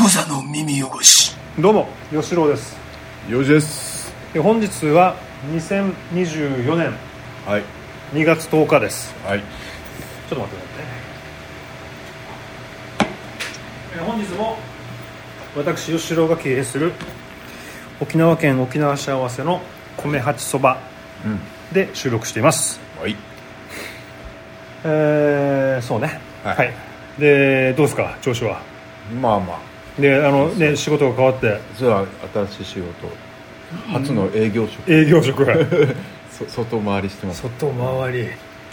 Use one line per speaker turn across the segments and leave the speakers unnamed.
無座の耳汚し
どうも吉郎です
よしです
え本日は2024年
はい
2月10日です
はい
ちょっと待ってくださいねえ本日も私吉郎が経営する沖縄県沖縄市合わせの米八そば
うん
で収録しています
はい
えー、そうね
はい
でどうですか調子は
まあまあ
であのね仕事が変わって
それは新しい仕事初の営業職、
営業職が
そ 外回りしてます
外回り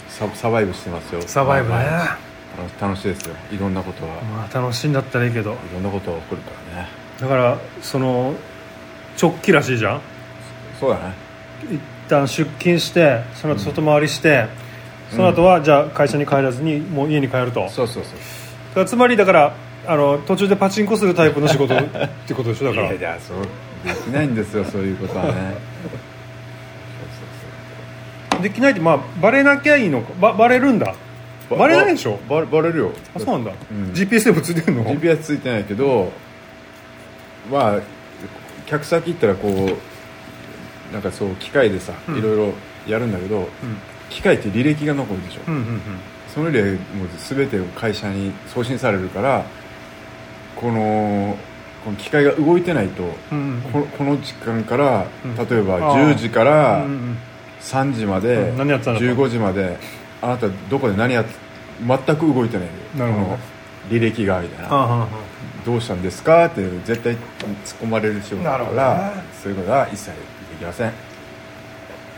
ササバイブしてますよ
サバイブね、
はい楽楽しいですよいろんなことは、い
まあ楽しいんだったらいいけど
ろんなことが起こるからね
だからその直帰らしいじゃん
そうだね
一旦出勤してその後外回りして、その後はじゃあ会社に帰らずにもう家に帰るとだか
そうそうそう
らつまりだからあの途中でパチンコするタイプの仕 事ってことでしょだ
い
から
やいやそうできないんですよそういうことはねそう そう
できないってまあバレなきゃいいのかばバレるんだ
そう
バレないでしょ
バレバレるよ
あそうなんだ、
うん
GPS でもついてるの
GPS ついてないけどまあ客先行ったらこうなんかそう機械でさ、
うん
いろいろやるんだけど、
うん
機械って履歴が残るでしょ、
うんうんうん
その履歴もう全てを会社に送信されるからこのこの機械が動いてないと、
うん
このこの時間から、
うん
例えば
あ
10
ー
時か
うん
ら
うん
3時まで、
うん何やってたのか
15時まであなたどこで何やって全く動いてないよ
なるほど
この履歴がみたいな
あああ
どうしたんですかって絶対突っ込まれる仕事だか
なる
ら、
ほどね
そういうことは一切できません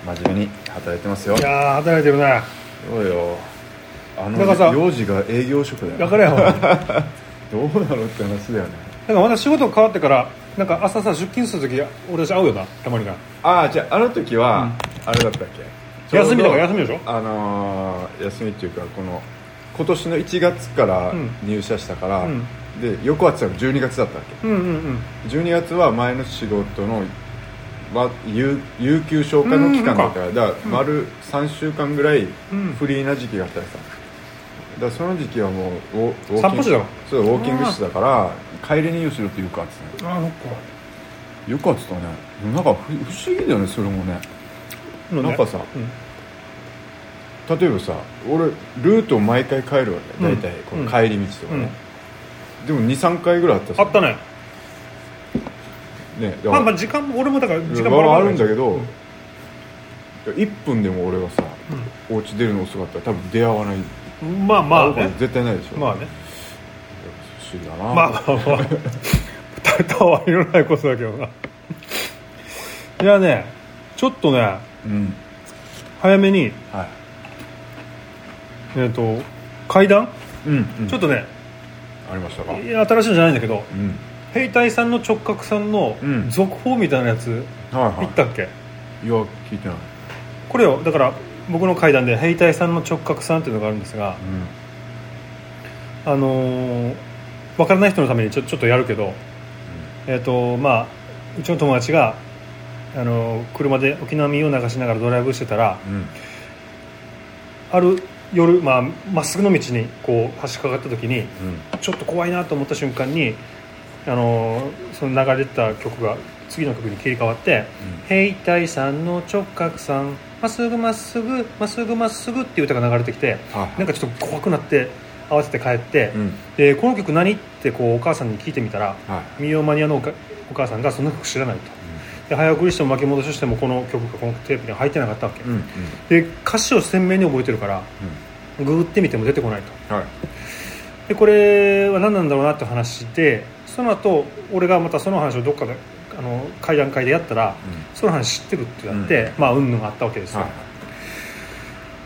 真面目に働いてますよ
あい
そ
やー働いてるね
うよあ
だからさ
の幼児が営業職だよ
だ からやほん
どうなのって話だよね
なんかまた仕事が変わってからなんか朝さ出勤する時俺たち会うよなたまにな
ああじゃああの時は、あれだったっけ
休みだから
ちょう
休みでしょ
どあのー休みっていうかこの今年の1月から
うん
入社したから、
うん
で横厚さんが12月だったっけ
うんうんうん
12月は前の仕事の、ま、有有給消化の期間だったからだから丸3週間ぐらい
うん
フリーな時期があったりさだからその時期はもうウォウォーキング
散歩してたの
そうウォーキングしてたから帰りによしろって言うかっつって
あの
言うかっつったねなんかふ不思議だよねそれもね
子なん
なんかさ
うん
例えばさ俺ルートを毎回帰るわけ
うん
大体この帰り道とかね、でも23回ぐらいあった
あったね
ねだから
まあまあ時間も俺もだから時間も
はあ
ら
るんだけ
う
ど
ん、
1分でも俺がさ、お家出るの遅かったら多分出会わない
まあま
会
あ
う
ね
こと絶対ないでしょ
まあね
不思議だな、
まあまあまあ たわいのないことだけどないやねちょっとね
うん
早めに
はい
えっと階段
うん、
ちょっとね
ありましたか
いや新しいのじゃないんだけど
うん
兵隊さんの直角さんの
うん
続報みたいなやつ
はいはい
行ったっけ
いや聞いてない、
これをだから僕の階段で兵隊さんの直角さんっていうのがあるんですが
う
あのー、分からない人のためにちょちょっとやるけど、えっとまあ、うちの友達が、あのー車で沖縄民謡を流しながらドライブしてたら
んうん、
ある夜まあ、まっすぐの道にこう橋かかった時に
うん
ちょっと怖いなと思った瞬間に、あのーその流れてた曲が次の曲に切り替わって「兵隊さんの直角さんまっすぐまっすぐまっすぐまっすぐ」っていう歌が流れてきて
はいはい
なんかちょっと怖くなって慌てて帰って。
うん
でこの曲何ってこうお母さんに聞いてみたら
はい
民謡マニアのおかお母さんがその曲知らないとで早送りしても巻き戻ししてもこの曲がこのテープに入ってなかったわけ、
うんうん
で歌詞を鮮明に覚えてるからググってみても出てこないと
うんはい
でこれは何なんだろうなって話でその後俺がまたその話をどっかであの会談会でやったらその話知ってるってなって、まあうんぬんがあったわけですよ、
はい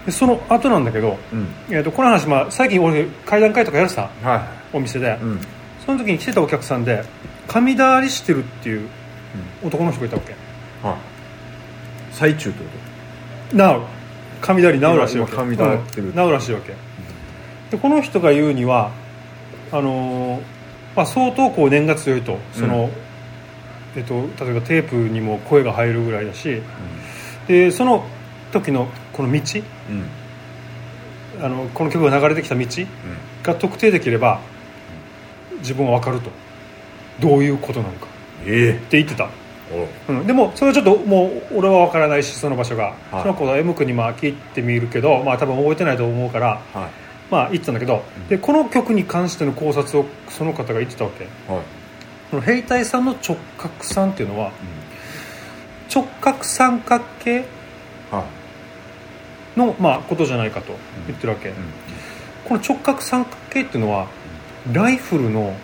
でその後なんだけど、
うん
えー、とこの話、まあ、最近俺会談会とかやるさ
はい
お店で、
うん
その時に来てたお客さんで神だりしてるっていう男の人がいたわけ
はい最中ってこ
なお神だりなおらしいわけ
今神だりってる
うんなおらしいわけでこの人が言うにはあのーまあ、相当こう念が強いとその、
うん
えっと、例えばテープにも声が入るぐらいだしでその時のこの道
とうんうん
あのこの曲が流れてきた道が特定できれば自分は分かるとどういうことなのか
え
って言ってた、
えお
うん、でもそれはちょっともう俺は分からないしその場所が、
はい
その子は M 君にも聞いてみるけどまあ多分覚えてないと思うから
は
まあ言ってたんだけど、
うん
でこの曲に関しての考察をその方が言ってたわけ
いはい、
この兵隊さんの直角さんっていうのは直角三角形
うん、はい、
の、まあ、ことじゃないかと言ってるわけ、
うん
この直角三角形っていうのはライフルの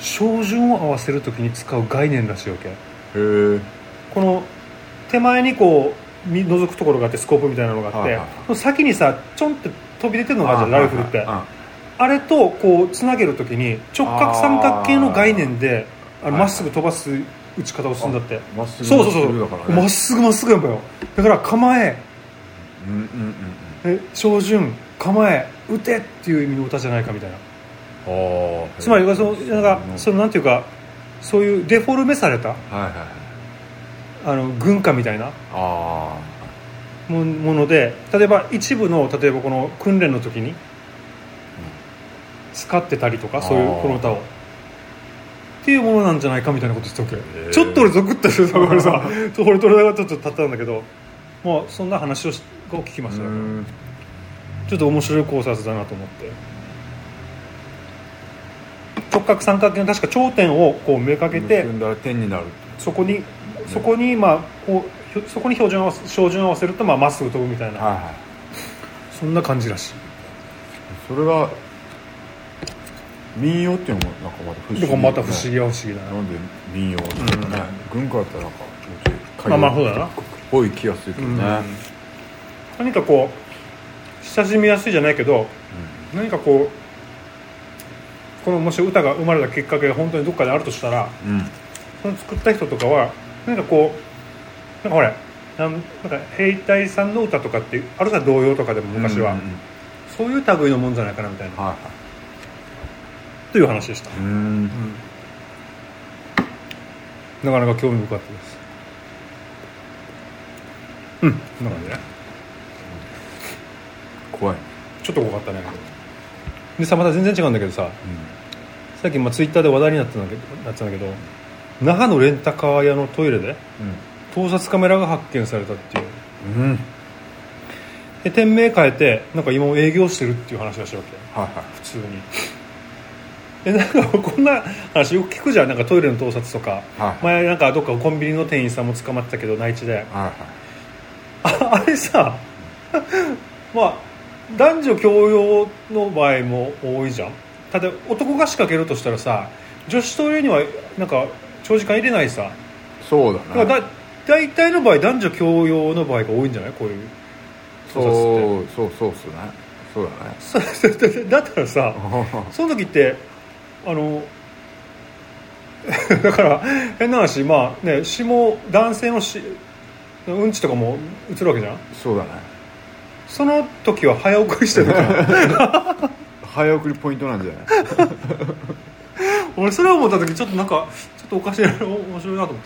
照準を合わせるときに使う概念らしいわけ
へえ
この手前にこう見覗くところがあってスコープみたいなのがあって、
はいはいはい
その先にさちょんって飛び出てるのがあるじゃんライフルってあ
あ
れとこうつなげるときに直角三角形の概念で
あー
あの
はい
まっすぐ飛ばす打ち方をするんだって
まっすぐ
そうそうそ
まっすぐだ
う
からね
まっすぐまっすぐやんばよだから構え
うんうんうん
え照準構え打てっていう意味の歌じゃないかみたい
う
な
んああ
つまりそのなんかそのなんていうかそういうデフォルメされた
はいはいはい
あの軍歌みたいな
あ
ももので例えば一部の例えばこの訓練の時に使ってたりとかそうい
あー
うこの歌をっていうものなんじゃないかみたいなこと言ってたわ
へ
け
ー
ちょっと俺ゾクッとしてたか らさ俺と俺がちょっと立ったんだけどまあそんな話をしを聞き
あ
ま
う
しただから
ん
ちょっと面白い考察だなと思って直角三角形の確か頂点をこう目かけて
結んだら点になる
そこにそこにまあこうひょそこに標準を合わせ照準を合わせるとまあまっすぐ飛ぶみたいな
はいはい
そんな感じらしい
それは民謡っていうのもなんかまた不思議
だからまた不思議は不思議だ
な
なん
で民謡っていうかね、軍歌だったらなんか気持ちいい
まあまあそうだな、
ぽい気がするけ
う
ど
ん
ね、
何かこう親しみやすいじゃないけど何かこうこのもし歌が生まれたきっかけが本当にどっかであるとしたら
うん、うん
その作った人とかは何かこうなんかほらなんなんか兵隊さんの歌とかってあるさ童謡とかでも昔は、
うんうんうん
そういう類のもんじゃないかなみたいな、
は
という話でした
いはいうん
なかなか興味深かったですうんこんな感じね
怖い、
ちょっと怖かったねでさまた全然違うんだけどささっきまあツイッターで話題になってたんだけどなってたんだけど那覇のレンタカー屋のトイレで盗撮カメラが発見されたっていう
うんうん
で店名変えてなんか今も営業してるっていう話がしたわけ
はいはい
普通にえなんかこんな話よく聞くじゃんなんかトイレの盗撮とか
はいはい
前なんかどっかコンビニの店員さんも捕まってたけど内地で
はいはい
ああれさ まあ男女共用の場合も多いじゃんただ男が仕掛けるとしたらさ女子トイレにはなんか長時間入れないさ
そうだ
だ
な
からだ大体の場合男女共用の場合が多いんじゃないこう いう
そうそうそうっすねそうだね
そうだってだったらさその時ってあの だから変な話まあね死も男性の死うんちとかも映るわけじゃん
そうだね
その時は早送りしてるから
早送りポイントなんじゃない
俺それを思った時ちょっとなんかちょっとおかしいなお面白いなと思ってさ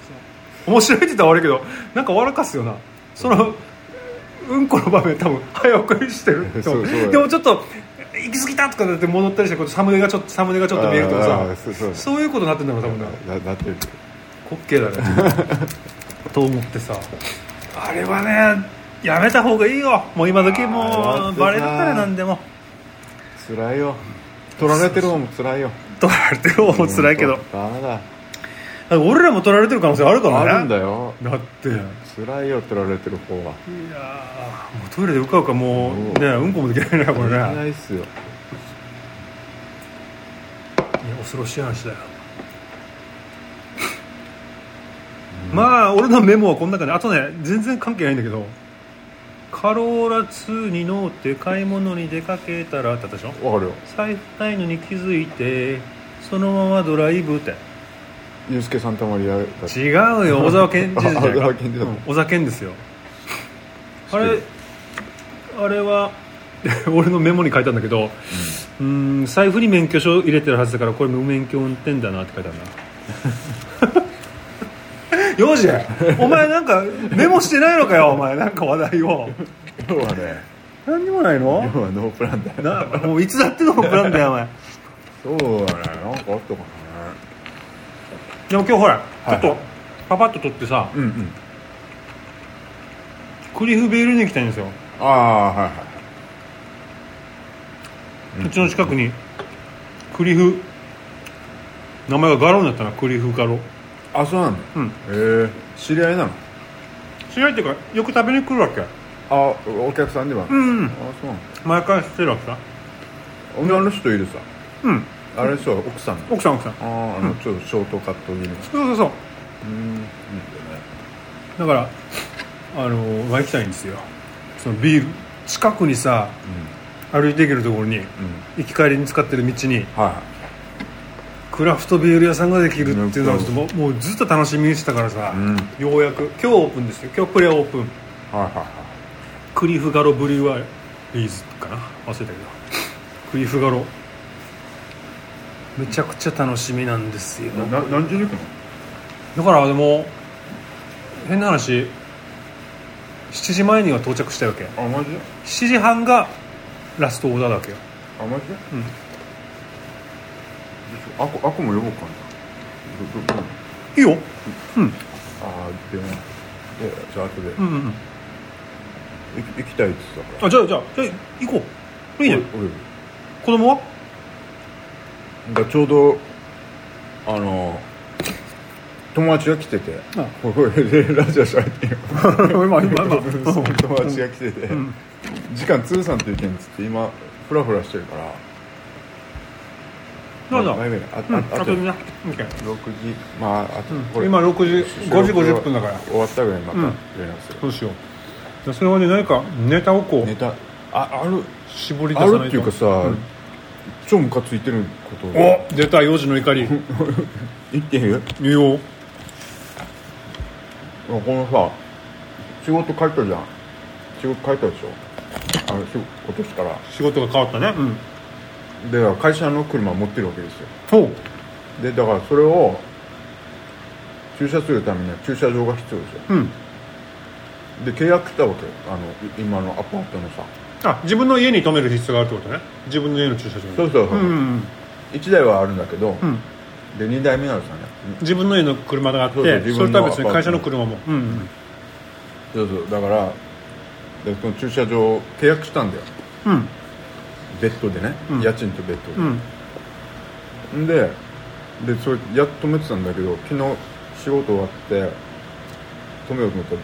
面白いって言ったら悪いけどなんか笑かすよなそのうんこの場面多分早送りしてる
そうそうだよ
でもちょっと行き過ぎたとかだって戻ったりしてこうサムネがちょっとサムネがちょっと見えるとか
あー
さ
そうそう
そういうことになってんだろう多分な
ななってる
滑稽だねと思ってさあれはねやめた方がいいよもう今時
あ
も
ー
うバレるからなんでも
辛いよ取られてる方も辛い よ
取られてる方も辛いけど
本当ダメだ
俺らも取られてる可能性あるからね
あるんだよ
だっていや
辛いよ取られてる方は
ーもうトイレでうかうかもう
うん
ねうんこもできないなこれね
足りないっすよ
いや恐ろしい話だよ、まあ俺のメモはこん中であとね全然関係ないんだけどカローラ2に乗って買い物に出かけたらってあったでしょ
わかるよ
財布ないのに気づいてそのままドライブって
ユースケ・サンタマリアだって
違うよ小沢健二じゃないか
小沢健二だ
うん小沢健ですよあれ
知っ
あれは 俺のメモに書いたんだけどうーん財布に免許証入れてるはずだからこれ無免許運転だなって書いてあるな よじお前なんかメモしてないのかよお前なんか話題を
今日はね
何にもないの
今日はノープランだよ
なもういつだってのプランだよお前
そうだねなんかあったかね
でも今日ほらちょ
はい
っとパパッと撮ってさ
うんうん
クリフ・ベールに行きたいんですよ
ああはいは
うちの近くにクリフ名前がガロになったなクリフガロ
いあそうなんだ
うん
へえ知り合いなの
知り合いっていうかよく食べに来るわけ
あお客さんではなく
うんうん
あそうなんだ
毎回してるわけさ
女の人いるさ
うん
あれそう奥さん
奥さん奥さん
あああのちょっとショートカット気味の
そうそうそう
うんいいよね
だからあのが行きたいんですよそのビール近くにさ歩いていけるところに
うんうん
行き帰りに使ってる道に
は
クラフトビール屋さんができるっていうのはちょっともうもうずっと楽しみにしてたからさ
い、うんはい
ようやく今日オープンですよ今日プレオープン
はいはい
クリフガロブリュワリーズかな忘れたけどクリフガロめちゃくちゃ楽しみなんですよ
な何時に行くの
だからでも変な話7時前には到着したわけ
あマジで
7時半がラストオーダーだわけよ
あマジで
うん
あこあこも呼ぼうかなどどどう
いいようん
ああでもいやじゃあ後で、
うんうんうん
行き行きたいって言ってたから
あじゃあじゃあじゃあ行こういいね
おお
子 供は
だちょうどあの友達が来てて
あ
これこれでラジオしゃべっていい よ
今今今
友達が来てて、
ん
時間通算という件つって今フラフラしてるから
どうぞ
まあ前々あ
うん
ああ
あ
と
と
6
ね OK
時まああと、これ
今6時5時50分だから
終わったぐらいにまた
うん
連絡する、
どうしようじゃあそれはね何かネタをこ
ネ
う
タあある
絞り出
あ
さないと
るっていうかさ、超ムカついてること
お出た幼児の 怒り
言ってる
言おう
このさ仕事帰ったじゃん仕事帰ったでしょあの仕事今年から
仕事が変わったねうん
でだから会社の車持ってるわけですよ
ほう
でだからそれを駐車するためには駐車場が必要ですよ
うん
で契約したわけあのい今のアパートのさ
あ自分の家に止める必要があるってことね自分の家の駐車場に
そうそうそう、
うんうん
1台はあるんだけど、
うん
で2台目なのさね
自分の家の車があって
そ
そう
そう自分の
れとは別に会社の車もうんうん
そうそうだからでその駐車場を契約したんだよ
うん
ベッドでね、
うん
家賃とベッドで、
うん
んででそれやっと止めてたんだけど昨日仕事終わって止めようと思った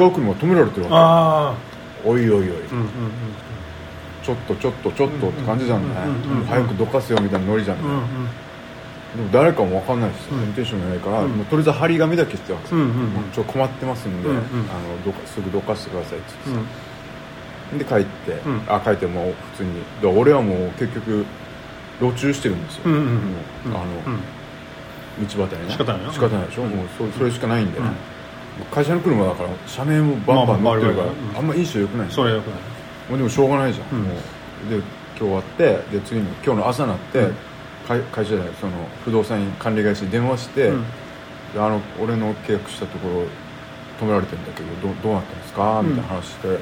ら違う車が止められてるわ
ああ
けおいおいおい、
うんうん
ちょっとちょっとちょっとって感じじゃんね
うんうんうんうんうん
早くどかせよみたいなノリじゃんね、
うんう
で
ん
も誰かも分かんないし
うん
運転手もいないから、
うん
もうとりあえず張り紙だけしてたわけさ、
うんうん
もうちょっと困ってますんで、
うんう
あ
ん
のどかすぐどかしてくださいって
う
言って
ん
さ、で帰って、
うん
あ帰ってもう普通にだから俺はもう結局路中してるんですよ、
うんうんうん
もうあの、
うん
道端にね
仕方ないよ
仕方ないでしょ、もうそそれしかないんだよね、会社の車だから車名もバンバン
まあ
乗ってるから、
まあまあ
あんまいい人よくない
そ
も
れはよくないう
でもしょうがないじゃん、
うん
もうで今日終わってで次の今日の朝になって、
うん
会会社じゃないその不動産管理会社に電話して、
うん
であの俺の契約したところ止められてんだけどどどうなったんですかみたいな話して「
ん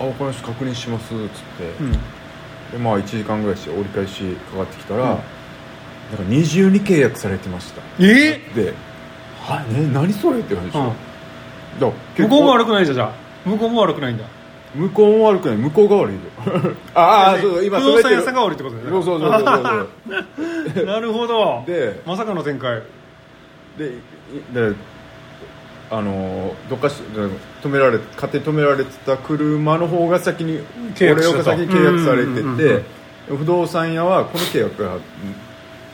あわかりました確認します」っつって、
うん
でまあ1時間ぐらいして折り返しかかってきたら、なんか二重に契約されてました
え
で「はね何それ?」って感じでしょ、だから
向
結
こう
構
も悪くないじゃんじゃあ向こうも悪くないんだ
向こうも悪くない向こうが悪いよ ああそうそう今
不動産屋
そ
さんが悪いってことね
そうそうそうそう そう
なるほど
で
まさかの展開
でいであのーどっかしで止められ勝手に止められてた車の方が先に
契約して
俺
た
が先に契約されてて、
うんうんうん
不動産屋はこの契約が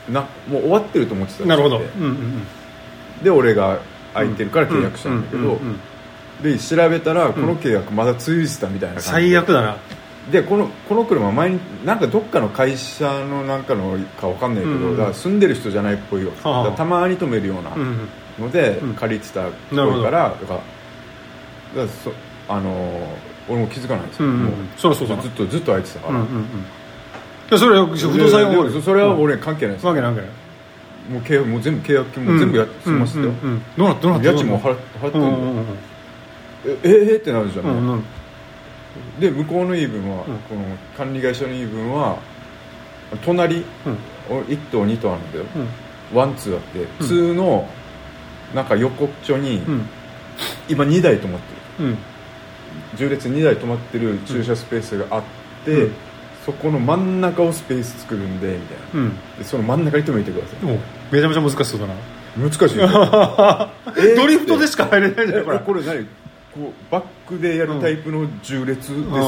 なもう終わってると思ってた
なるほど
で
うんうん
で俺が空いてるから契約したんだけど、
うううんうん
で調べたらこの契約まだ続いてたみたいな感じで
最悪だな
でこのこの車前になんかどっかの会社のなんかのかわかんないけど、
うん
だから住んでる人じゃないっぽいよ、
あはあ
だからたまに止めるような
うん
ので、
うん
借りてたとこ
なるほ
ろ
ど
からとかだからそあのー俺も気づかないんです
う
よ、
ん
も
う
うん
そりゃそうだな
ずっとずっと空いてたか
うん
ら、
うんうんでそれは不動産屋が悪
で
い
それは俺関係ないです、
わけないわけない
もう契約もう全部契約金も全部やって済ませてよ、
うんうんうんどうなったどうなった
家賃も
払
払って払って
うんん
だよ、
うんうん
ええー、ってなるじゃん、
うんうん
で向こうの言い分は、
うん
この管理会社の言い分は隣
うん
俺1頭2頭あるんだよ
うん
ワンツーあって
うん
ツーのなんか横っちょに
うん
今2台止まってる
うん
縦列2台止まってる駐車スペースがあって、
うん
そこの真ん中をスペース作るんでみたいな
うん
でその真ん中に止めてください
もめちゃめちゃ難しそうだ な、
難しい よえー
ドリフトでしか入れないじゃ
え
ないこれ
これ何こうバックでやるタイプの縦列ですよね、
う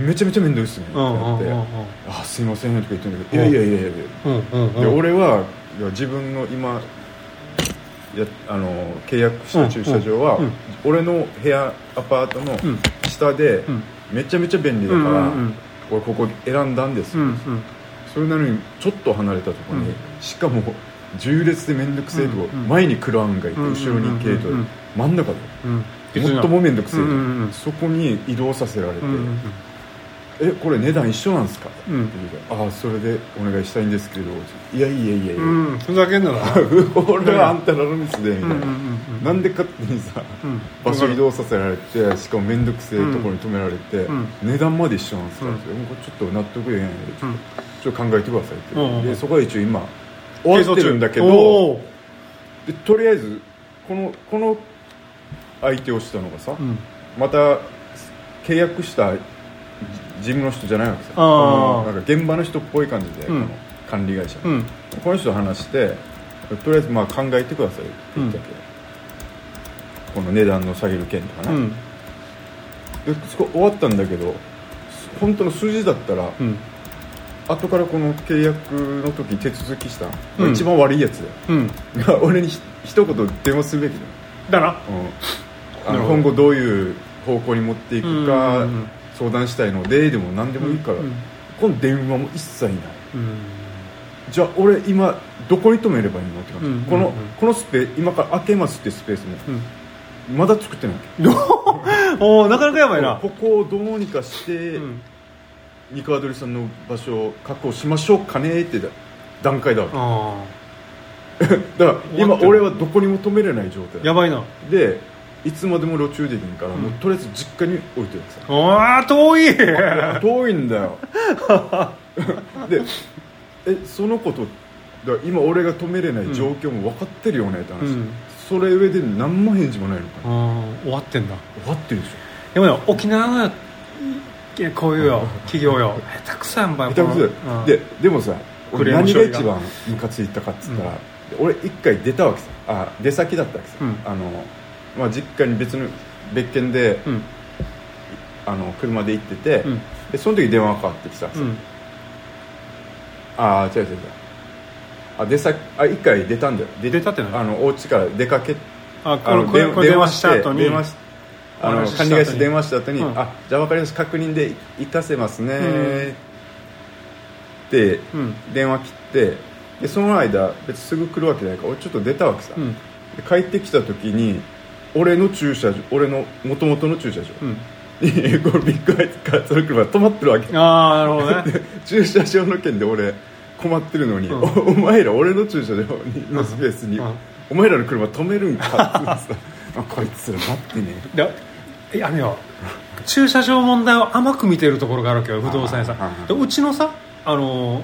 んうん
めちゃめちゃ面倒いっすねって
うん
な
う
っ
ん
て、
うんうん
あすいませんとか言ってんだけど、
うん
いやいやいやいや、
うんうんうん
で俺はいや自分の今やあの契約した駐車場は、
うんうん
俺の部屋アパートの
うん
下で
うん
めちゃめちゃ便利だから、
うんうん
俺ここ選んだんです
う
よ、
んうん
それなのにちょっと離れたところに、
うん
しかも縦列で面倒くせえとこ、
うんうん
前にクラウンがいて
うん
後ろにケイト
うんうん
真ん中で
うん
もっとも面倒くせえとこ、
うんうんうん
そこに移動させられて、
うんうん
えこれ値段一緒なんですか?」って
うん
言うから「ああそれでお願いしたいんですけど」いやいやいやいや、
うんうんふざけんなら
俺はあんたらのミスで」みたいな、
うんうんうんうん
なんで勝手にさ
うん
場所移動させられてしかも面倒くせえところに止められて、
うん
値段まで一緒なんですか?」
うん
ってもうこれちょっと納得できないので
うん
ちょっと考えてください」って、
うんうん
でそこは一応今終わってるんだけど
お
で
ー
とりあえずこのこの相手をしたのがさ、
うん
また契約したじ事務の人じゃないわけさ
あー
あのなんか現場の人っぽい感じで、
うん
この管理会社
う
の、
ん
この人と話してとりあえずまあ考えてくださいって言ったけど、この値段の下げる件とか
う
な、
ん
でそこ終わったんだけど本当の数字だったら、
うん
後からこの契約の時に手続きした、
うん
一番悪いやつだよ
うん
が俺にひ一言電話するべきだよ
だな
うん、あ
なる
の
ほど
今後どういう方向に持っていく
うん
か
うんうん
相談したいのででも何でもいいから、
うん
この電話も一切ない
うん
じゃあ俺今どこに止めればいいのって感じ、
うんうんうん
このこのスペース今から開けますってスペースも
うん
まだ作ってない
おーなかなかやばいな
ここをどうにかして、
うん
ニカワドリさんの場所を確保しましょうかねってだ段階だわけ
あ
だから今
終わってる
俺はどこにも止めれない状態
ーやばいな
でいつまでも路中できんから、
うん
もうとりあえず実家に置いてるさ
あー遠い
遠いんだよ でえそのことだから今俺が止めれない状況も分かってるよねって話、
うん
それ上で何も返事もないのか
あ
な
ー終わってんだ
分かってるでし
でもね沖縄のいやこういうよ企業よ下手くそやんば
ょ
よ
下手く
この
そでででもさ
ク
俺
レーム
何
処
が
理が
一番ムカついたかっつったら、俺一回出たわけさあ出先だったわけさ、
うん
あのまあ、実家に別の別件で、
うん
あの車で行ってて、
うん
でその時電話かかってきたわけ
う
さ、
ん
ああ違う違う違うあ出先あ一回出たんだよ出
出たって何
あのお家から出かけ
あ
あ
こ
の
のこれ
電
これ電話した後に
電話しあ
お
の
話しした
管
後に
理会社電話した後に、
うん
あじゃあ分かりました確認で行かせますね、
うん
で
うん
電話切ってでその間別にすぐ来るわけじゃないから俺ちょっと出たわけさ、
うん
で帰ってきた時に俺の駐車場俺の元々の駐車場
うん
に、このビッグアイツからその車が止まってるわけ
ああなるほどね
駐車場の件で俺困ってるのに、
うん
おお前ら俺の駐車場にのスペースに、
うん
お前らの車止めるんか ってさこいつら待ってね
でいやあのよ駐車場問題を甘く見てるところがあるわけよ不動産屋さ
あああ
ん
あ
でうちのさあのー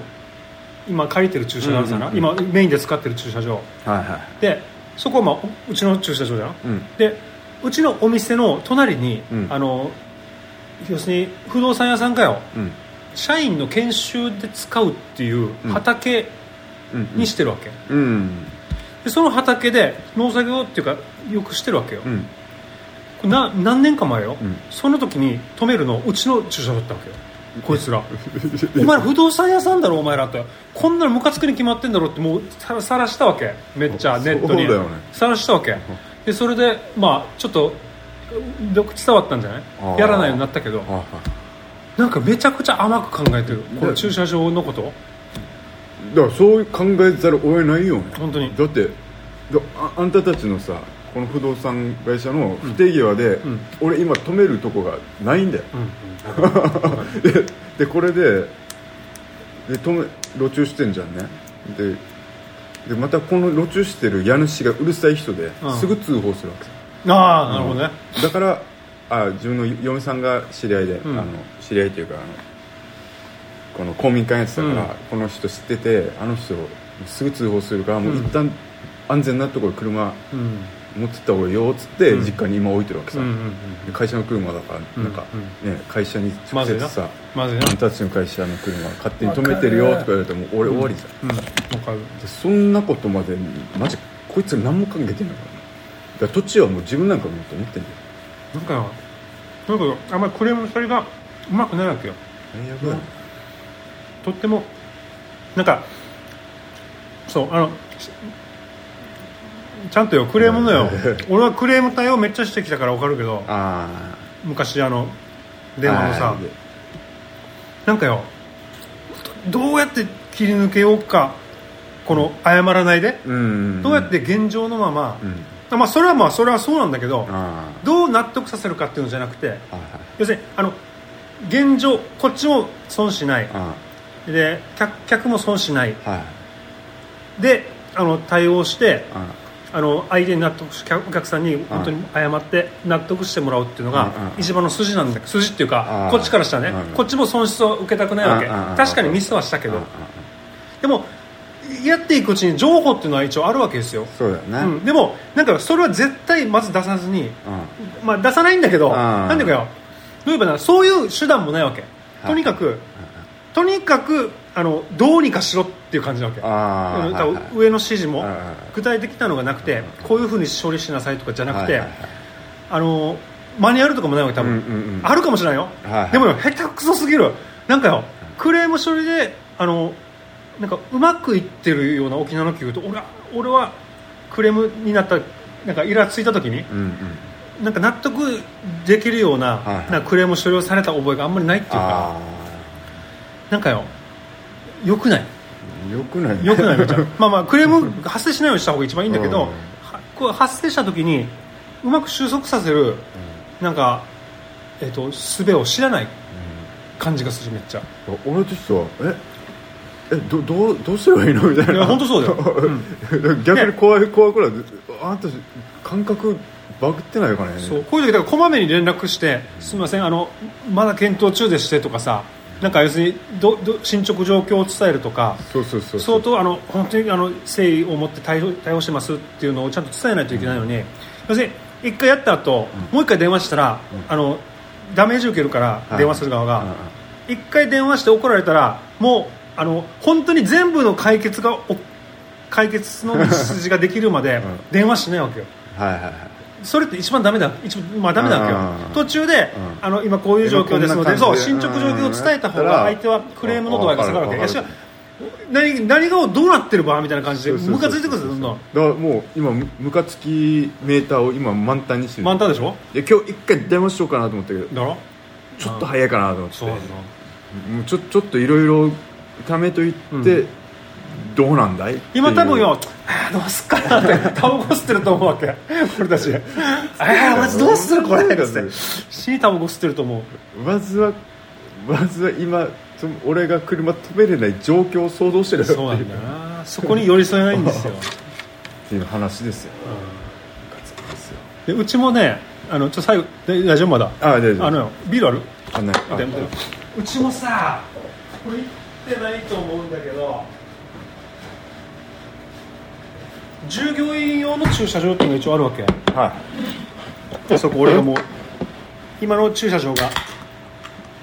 今借りてる駐車場あるじゃな、
うんうんうん
今メインで使ってる駐車場
はいはい
でそこは、まあ、うちの駐車場じゃん
うん
でうちのお店の隣に、
うん
あの要するに不動産屋さんかよ
うん
社員の研修で使うっていう
うん
畑
うん
にしてるわけ、
うん
でその畑で農作業っていうかよくしてるわけよ、
うん
な何年か前よ、
うん
その時に止めるのうちの駐車場だったわけよこい つらお前ら不動産屋さんだろお前らってこんなのムカつくに決まってんだろってもうさらさらしたわけめっちゃ
そ
ネットに
そうだよね
さらし たわけでそれでまあちょっとよく伝わったんじゃ
あー
ないやらないようになったけど
あ
なんかめちゃくちゃ甘く考えてるこの駐車場のこと
だからそう考えざるを得ないよね
本当に
だってだああんたたちのさこの不動産会社の不手際で、
ん
俺今止めるとこがないんだよ、
うんうん
ででこれでで止め路中してんじゃんねででまたこの路中してる家主がうるさい人で、
うん
すぐ通報するわけさ
ああなるほどね
だからあ自分の嫁さんが知り合いで、
ん
あの知り合いというかあのこの公民館やってたから、
うん
この人知っててあの人すぐ通報するからもう一旦安全なところに車
うん
持ってった方がいいよっつって、
うん
実家に今置いてるわけさ、
うんうん
で会社の車だから、
うん
なんか、ね、会社に直接
まずい
さ
まず
「
いな
あんたたちの会社の車勝手に止めてるよ」とか言われてもう俺終わりじゃん、
うんわかる
でそんなことまでマジこいつ何も関係てんのかなだから土地はもう自分なんかもうと思ってんだよ
なんかなんかあんまりクレームそれがうまくないわけよ
最悪
だねとってもなんかそうあのしちゃんとよクレーム のよ俺はクレーム対応めっちゃしてきたから分かるけど
ああ
昔あの電話のさ
あー
なんかよどどうやって切り抜けようかこの謝らないで
うん
どうやって現状のまま
う、ん
まあそれはまあそれはそうなんだけど
あ
どう納得させるかっていうのじゃなくて
ーあー
要するにあの現状こっちも損しない
あ
で客客も損しない
ーはい
であの対応して
あ
あの相手に納得し客お客さんに本当に謝って納得してもらうっていうの
うんうん
が
うん
一番の筋なんだ筋っていうか
あー
こっちからしたらね
うん
こっちも損失を受けたくないわけ
うんうんうん
確かにミスはしたけ
け
どでもやっていくうちに情報っていうのは一応あるわけですよ、
そうだよね
う
うん
ん、でもなんかそれは絶対まず出さずに、まあ、出さないんだけど
うん
なんでかよ例えばなそういう手段もないわけとにかくとにかくあのどうにかしろっていう感じなわけ
あ
う
ー
ん
は
多
い
分
はい
上の指示も
うんうん
具体的なのがなくてこういうふうに処理しなさいとかじゃなく
はい
て
はいはい
あのマニュアルとかもないわけ多
うんうんうん
分あるかもしれないよ
はいはい
でもよ下手くそすぎるなんかよクレーム処理であのなんかうまくいってるような沖縄の企業と俺は俺はクレームになったなんかイラついた時に
うんうん
なんか納得できるような
はいはい
なんかクレーム処理をされた覚えがあんまりないっていうか
あ
なんかよよくない
あよくない
よくないみ たいなまあまあクレーム発生しないようにした方が一番いいんだけど、
うん
はこう発生した時にうまく収束させるなんか、えっと術を知らない感じがするめっちゃ
うん俺としてはええどどうどうすればいいのみたいない
や本当そうだよ
逆に怖い怖いくらいあんた感覚バグってないかね
そうこういう時だからこまめに連絡してすみませんあのまだ検討中でしてとかさなんか要するにどど進捗状況を伝えるとか
そうそうそう
相
そう
当あの本当にあの誠意を持って対応対応してますっていうのをちゃんと伝えないといけないのに、要するに一回やった後、もう一回電話したら、あのダメージ受けるから、
はい
電話する側
う
が
ん
一、回電話して怒られたらもうあの本当に全部の解決がお解決の道筋ができるまで
ん
電話しないわけよ。
はいはいはい
それって一番ダメだ一番、まあ、ダメだわけ
う
よ
ん
途中で、
うん
あの今こういう状況ですので
今こ
そ
んな感
う
じで
進捗状況を伝えた方
うん
が相手はクレームの度合いが下がるわけい
わ
や
かるわか
違う何何がどうなってる場みたいな感じで
そうそうそう
ムカついてくるんですよどんどん
だからもう今ムムカつきメーターを今満タンにしてる
満タンでしょ
で今日一回電話しようかなと思ったけど
だろ
ちょっと早いかなと思って
そうそう
もうちょちょっといろいろためといって、
う
どうなんだいっていう
今多分よあーどうすっかなってタバコ吸ってると思う わけ俺たち ああまずどうするこれっつって死にタバコ吸ってると思う
まずはまずは今その俺が車止めれない状況を想像してるってい
そうなんだなそこに寄り添えないんで すよ
っていう話ですよムカつきますよ
でうちもねあのちょっと最後大大丈夫まだ
あ大丈夫
あのよビールある
あないあ
うちもさこれ言ってないと思うんだけど従業員用の駐車場っていうのが一応あるわけ
は
でそこ俺がもう今の駐車場が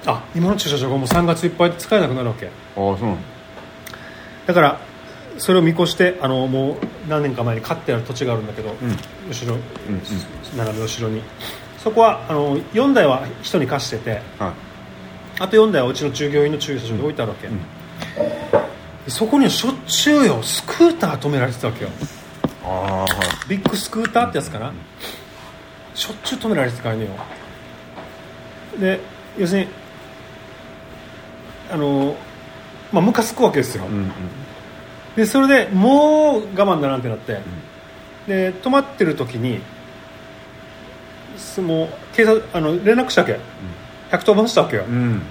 あ今の駐車場がもう3月いっぱいで使えなくなるわけ
いあそうなの
だからそれを見越してあのもう何年か前に買ってある土地があるんだけど、
うん
後ろ
うんうん
斜め後ろにそこはあの4台は人に貸してて
はい
あと4台はうちの従業員の駐車場に置いてあるわけ、
ん
そこにはしょっちゅうよスクーター止められてたわけよ
ああはい
ビッグスクーターってやつかな、しょっちゅう止められてたからねよで要するにあのまあムカつくわけですよ、
うんうん
でそれでもう我慢だなんてなって、で止まってる時にすもう警察あの連絡したわけ110番したわけよ、
うん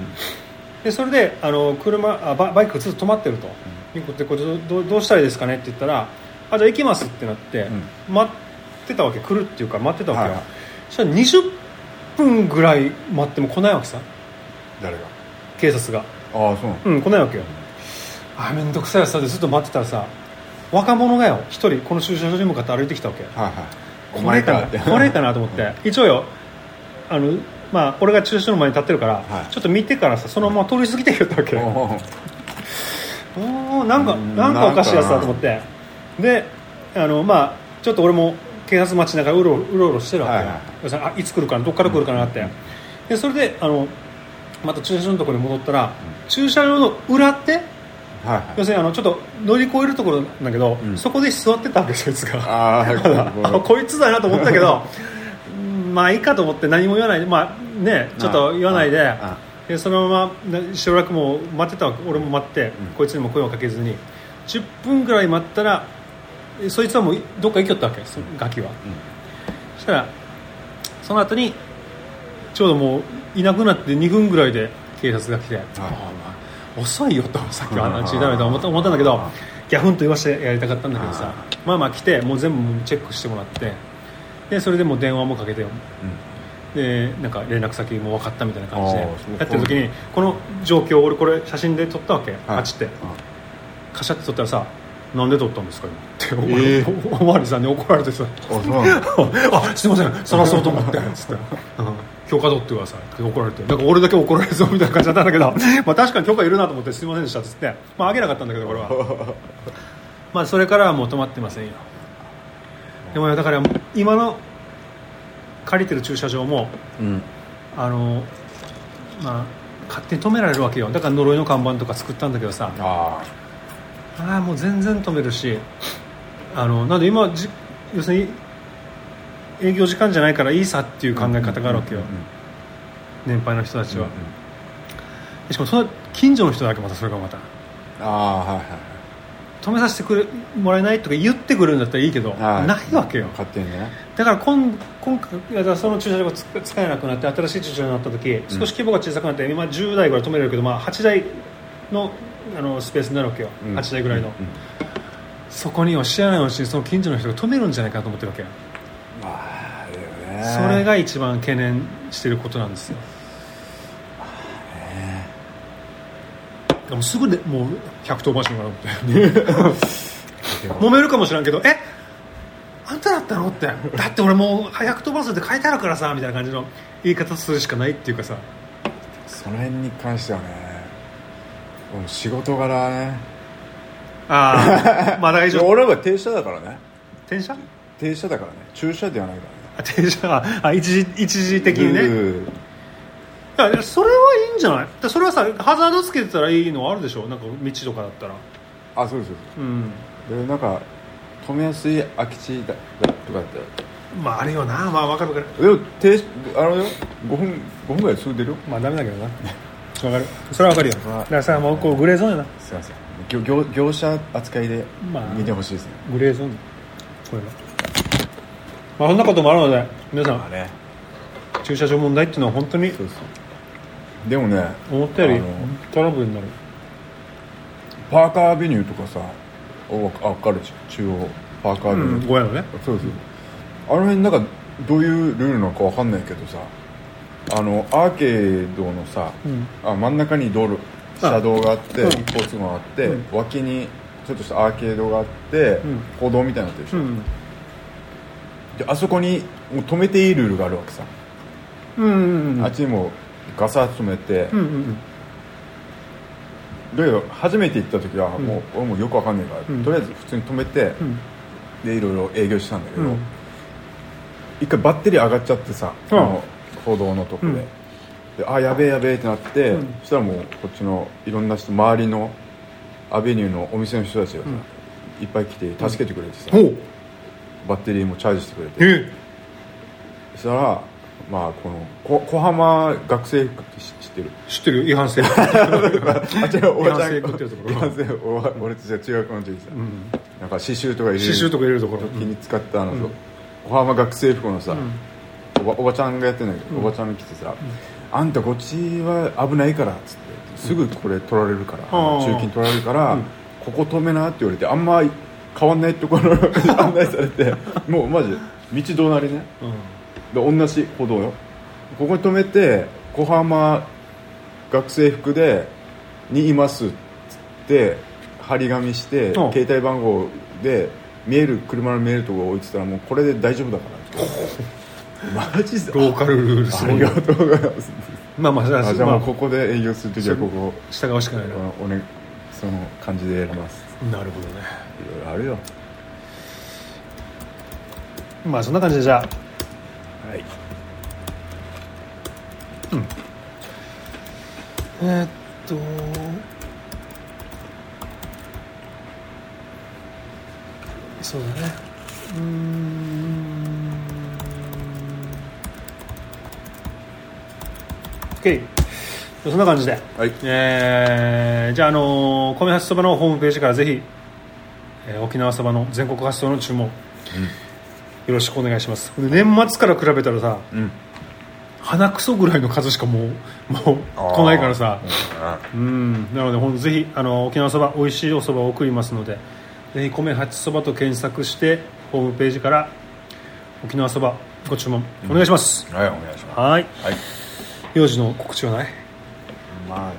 でそれであの車あババイクがずっと止まってると、でこれどどどうしたらいいですかねって言ったらあじゃあ行きますってなって、待ってたわけ来るっていうか待ってたわけよ、
はいはい
そしたら20分ぐらい待っても来ないわけさ
誰が
警察が
ああそうなの
うん来ないわけよあーめんどくさいさでずっと待ってたらさ若者がよ一人この駐車場に向かって歩いてきたわけ
はいはいお
これ
前
か
かって
なこれかなと思って一応よあのまあ俺が駐車場の前に立ってるから、
はい
ちょっと見てからさそのまま通り過ぎていったわけ、
おー
おーなんか
うん
なんかおかしいやつ
なん
だ
か
と思ってであのまあちょっと俺も警察待ちながらうろうろうろしてるわけ、
はいはい
要するにあいつ来るかなどっから来るかなって、でそれであのまた駐車場のところに戻ったら、駐車場の裏って
はい はい
要するにあのちょっと乗り越えるところなんだけど、
うん
そこで座ってたわけそいつが
ああ
ただあ こいつだなと思ったけどうんまあいいかと思って何も言わないでまあねちょっと言わないで。
あ
でそのままなしばらくもう待ってたわけ俺も待って、
うん
こいつにも声をかけずに10分ぐらい待ったらえそいつはもういどっか行きよったわけそガキは、そしたらその後にちょうどもういなくなって2分ぐらいで警察が来て、ああお前遅いよとさっきは話しだめと思った思ったんだけどギャフンと言わせてやりたかったんだけどさ
あ
まあまあ来てもう全部もうチェックしてもらってでそれでもう電話もかけてよでなんか連絡先も分かったみたいな感じで
あーそう
やってる時にこの状況を俺これ写真で撮ったわけ、あっちってカシャって撮ったらさなんで撮ったんですか今ってお前、
えー
おおまわりさんに 怒られ てさ
あそうなの
あすいません探そうと思ってつって、うん、許可取ってくださいって怒られてなんか俺だけ怒られそうみたいな感じだったんだ けど、まあ、確かに許可いるなと思ってすいませんでしたっつって、まあ、あげなかったんだけどこれは まあそれからはもう止まってませんよでもよだから今の借りてる駐車場も
うん
あのまあ勝手に止められるわけよだから呪いの看板とか作ったんだけどさ
あ
ああもう全然止めるしあのなんで今じ要するに営業時間じゃないからいいさっていう考え方があるわけよ、年配の人たちは、しかもその近所の人だけまたそれがまた
ああはいはい
止めさせてくれもらえないとか言ってくるんだったらいいけど、
はい
ないわけよ
勝手にね
だから今今回いやだからその駐車場がつ使えなくなって新しい駐車場になった時少し規模が小さくなって、今10台ぐらい止めれるけど、まあ、8台のあのスペースになるわけよ、
うん
8台ぐらいの、
うんうん
そこには知らないうちにその近所の人が止めるんじゃないかなと思ってるわけよ、
まあだよね
それが一番懸念してることなんですよ、でもすぐでもう110番しようかなと 思って揉めるかもしれんけどえあんただったのってだって俺もう早く飛ばせて書いてあるからさみたいな感じの言い方するしかないっていうかさ
その辺に関してはね俺仕事柄ね
ああまあ大丈夫
俺は停車だからね
転車
停車だからね駐車ではないからね
あ転車あ一時一時的にね、い
うん
やそれはいいんじゃないだそれはさハザードつけてたらいいのはあるでしょなんか道とかだったら
あそうですそうで
うん
すでなんか止めやすい空き地だだとかって
まああれよなまあわかるわかる
でも停あのよ5分5分ぐらいすぐ出るよ
まあダメだけどなわかるそれはわかるよ
まあ
だからさもうこうグレーゾーンやな
すいません業業業者扱いで
まあ
見てほしいですね、
グレーゾーンこれはまあそんなこともあるので皆さん
ね
駐車場問題っていうのは本当に
そうそうでもね
思ったより
あの
トラブルになる
パーカーアビニューとかさおあ分かるでしょ中央パーカーアビニュー、
ごやのね
そうですあの辺なんかどういうルールなのかわかんないけどさあのアーケードのさ、
うん
あ真ん中に道路車道があって
うん
一方通行があって、
う
脇にちょっとしたアーケードがあって、
ん
歩道みたいになってるでしょ、
うん
であそこにもう止めていいルールがあるわけさ、
うんうんうん
あっちにもガサッと止めて、
うんうん
だけど初めて行った時はもう、俺もよくわかんないから、
うん
とりあえず普通に止めて、
うん
でいろいろ営業してたんだけど、
うん
一回バッテリー上がっちゃってさ、
うん
あの歩道のとこで,、
うん
であやべえやべえってなって、
うん
そしたらもうこっちのいろんな人周りのアベニューのお店の人たちがさ、いっぱい来て助けてくれてさ、
ほう
バッテリーもチャージしてくれて
え
そしたらまあこのこ小浜学生服って知知っ てる
知ってるよ違反性
あ違うおばちゃん
違反制服ってやつだろ
違反制服おば俺たちが中学校の時にさ、
うん
なんか刺繍とか入れる
刺繍とか入れるところ
時に使ったあの、
うん
小浜学生服のさ、
ん
おばおばちゃんがやってんだけど、
うん
おばちゃんが来てさ、あんたこっちは危ないから」っつって「すぐこれ取られるから、
あー
中金取られるから、
うん
ここ止めな」って言われてあんま変わんないところ 案内されてもうマジ道隣ね
う
で
ん
同じ歩道よここに止めて小浜学生服でにいますっつって張り紙して、
ん
携帯番号で見える車の見えるところ置いてたらもうこれで大丈夫だから ってマジで
ローカルルールす
あ
ご
り
い
がとうございます
まあまあそれ
あ
は
じゃあ
ま
も
あ
うここで営業する時はここ
従うしかないな、
おねその感じでやります
なるほどね
いろいろあるよ
まあそんな感じでじゃあ
はい
えーっとそうだねうーん OK そんな感じで、
はい
えーじゃあ、あのー米発そばのホームページからぜひ、えー沖縄そばの全国発送の注文、よろしくお願いしますで年末から比べたらさ
うん
鼻くそぐらいの数しかもうもう来ないからさ、
あ
うん、なのでほんとぜひあの沖縄そば美味しいおそばを送りますのでぜひ米八そばと検索してホームページから沖縄そばご注文お願いします、
はいお願いしま
はい
すはい
幼児の告知はない
ま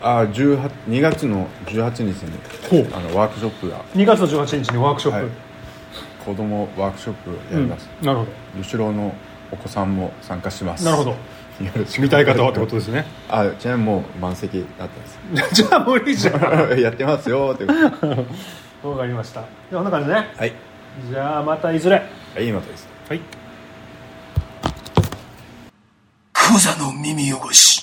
ああ18 2月の18日に
ほう
あのワークショップが
2月の18日にワークショップ、
はい子どもワークショップやります、
なるほ
後ろのお子さんも参加します
どなるほど
よろしく
見たい方はってことですね
あちなみにもう満席だったんです
じゃあ無理 じゃん わ
やってますよっては
かりましたじゃあこんな感じでね
い
じゃあまたいずれは
はいまたです
い
クザの耳汚し